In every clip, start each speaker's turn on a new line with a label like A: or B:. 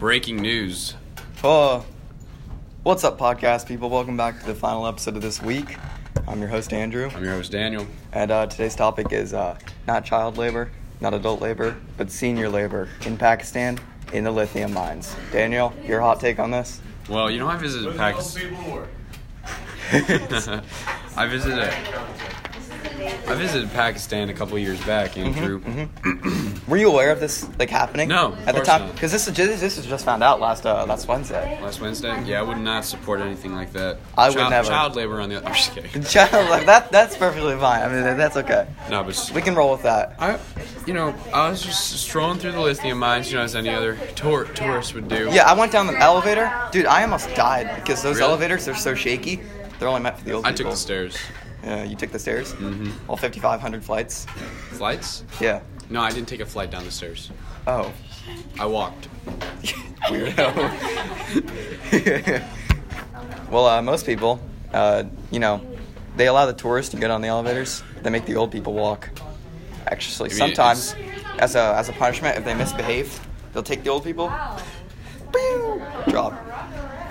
A: Breaking news.
B: Oh, what's up, podcast people? Welcome back to the final episode of this week. I'm your host Andrew,
A: I'm your host, Daniel.
B: and uh, today's topic is uh, not child labor, not adult labor, but senior labor in Pakistan in the lithium mines. Daniel, your hot take on this?
A: Well, you know, I visited Pakistan. I visited. I visited Pakistan a couple years back,
B: Mm-hmm,
A: Andrew.
B: Were you aware of this like happening?
A: No, of
B: at the
A: course
B: time,
A: not.
B: because this is ju- this is just found out last uh, last Wednesday.
A: Last Wednesday. Yeah, I would not support anything like that.
B: I would
A: child,
B: never.
A: Child labor on the. I'm just kidding.
B: Child, like, that that's perfectly fine. I mean, that's okay.
A: No, but
B: We can roll with that.
A: I, you know, I was just strolling through the lithium mines, you know, as any other tour, tourist would do.
B: Yeah, I went down the elevator. Dude, I almost died because those
A: Really?
B: elevators are so shaky. They're only meant for the old
A: I took
B: people.
A: the stairs.
B: Yeah, you took the stairs. Mm-hmm. All 5,500 flights.
A: Flights?
B: Yeah.
A: No, I didn't take a flight down the stairs.
B: Oh,
A: I walked.
B: weirdo. well, uh, most people, uh, you know, they allow the tourists to get on the elevators. They make the old people walk. Actually,
A: mean
B: sometimes, as a as a punishment, if they misbehave, they'll take the old people. Pew! Drop.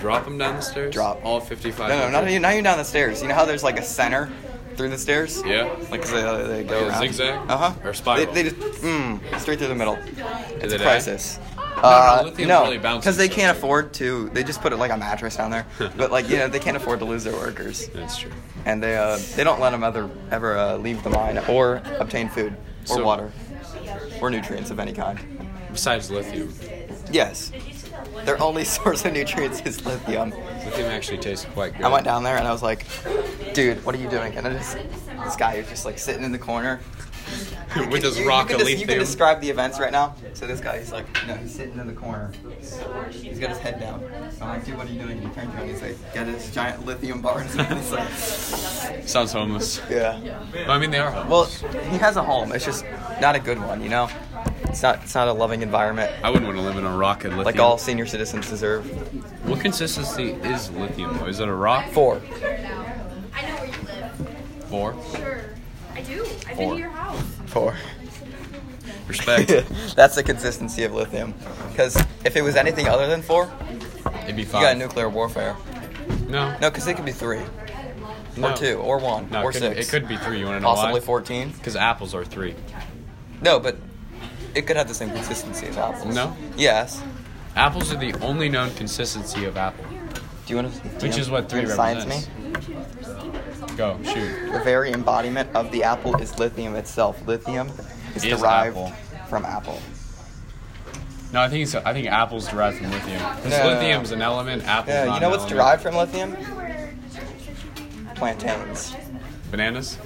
A: Drop them down the stairs.
B: Drop.
A: all 55.
B: No, no, not you. Not you down the stairs. You know how there's like a center through the stairs.
A: Yeah.
B: Like 'cause they, they go
A: Like a
B: around.
A: zigzag?
B: Uh huh.
A: Or spiral?
B: They, they just mm, straight through the middle.
A: it
B: It's a
A: add?
B: crisis. Uh,
A: lithium's
B: no,
A: really bouncy,
B: because they
A: so
B: can't
A: it's-
B: afford to. They just put it like a mattress down there, but like you know they can't afford to lose their workers,
A: That's true.
B: and they uh, they don't let them ever ever uh, leave the mine or obtain food or
A: So-
B: water or nutrients of any kind.
A: Besides lithium,
B: Yes, their only source of nutrients is lithium.
A: lithium actually tastes quite good.
B: I went down there and I was like, dude, what are you doing? And I just, this guy is just like sitting in the corner.
A: with his
B: You- you
A: rock
B: can
A: of
B: des-
A: lithium.
B: You can describe the events right now. So this guy, he's like, you know, he's sitting in the corner. He's got his head down. I'm like, dude, what are you doing? And he turns around. He's like, got this giant lithium bar. in his mouth. It's like,
A: Sounds homeless.
B: yeah.
A: I mean, they are homeless.
B: Well, he has a home. It's just not a good one, you know. It's not. It's not a loving environment.
A: I wouldn't want to live in a rock and lithium.
B: Like all senior citizens deserve.
A: What consistency is lithium? Though? Is it a rock?
B: Four.
C: I know where you live.
A: Four.
C: Sure. I do. I've been
A: Four.
C: to your house.
B: Four.
A: Respect.
B: That's the consistency of lithium. Because if it was anything other than four,
A: It'd be
B: You got
A: five.
B: nuclear warfare.
A: no.
B: No, because it could be three,
A: No.
B: or two, or one,
A: No,
B: or
A: it could,
B: six.
A: It could be three. You want to know
B: possibly
A: why?
B: fourteen.
A: Because apples are three.
B: No, but it could have the same consistency as apples.
A: No.
B: Yes.
A: Apples are the only known consistency of apple.
B: Do you want to?
A: Which is what three
B: science me?
A: represents. Go shoot.
B: The very embodiment of the apple is lithium itself. Lithium is,
A: Is
B: derived
A: apple.
B: from apple.
A: No, I think it's, I think apples derived from lithium. 'Cause
B: No, no, no.
A: lithium's an element. Apples.
B: Yeah.
A: not
B: You
A: an
B: know what's
A: element.
B: derived from lithium? Plantains.
A: Bananas.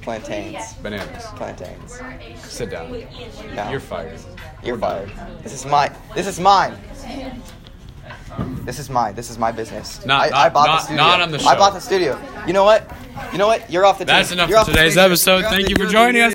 B: Plantains.
A: Bananas.
B: Plantains.
A: Sit down.
B: No.
A: You're fired.
B: You're fired. This is my. This is mine. This is mine. This is my business.
A: Not-
B: I,
A: not-
B: I bought
A: not-
B: the studio.
A: not on the
B: I
A: show.
B: bought the studio. You know what? You know what? You're off the.
A: That's
B: team.
A: enough
B: You're
A: for
B: off the
A: today's
B: studio.
A: episode.
B: You're off
A: Thank
B: the-
A: you for
B: you're off the
A: joining us.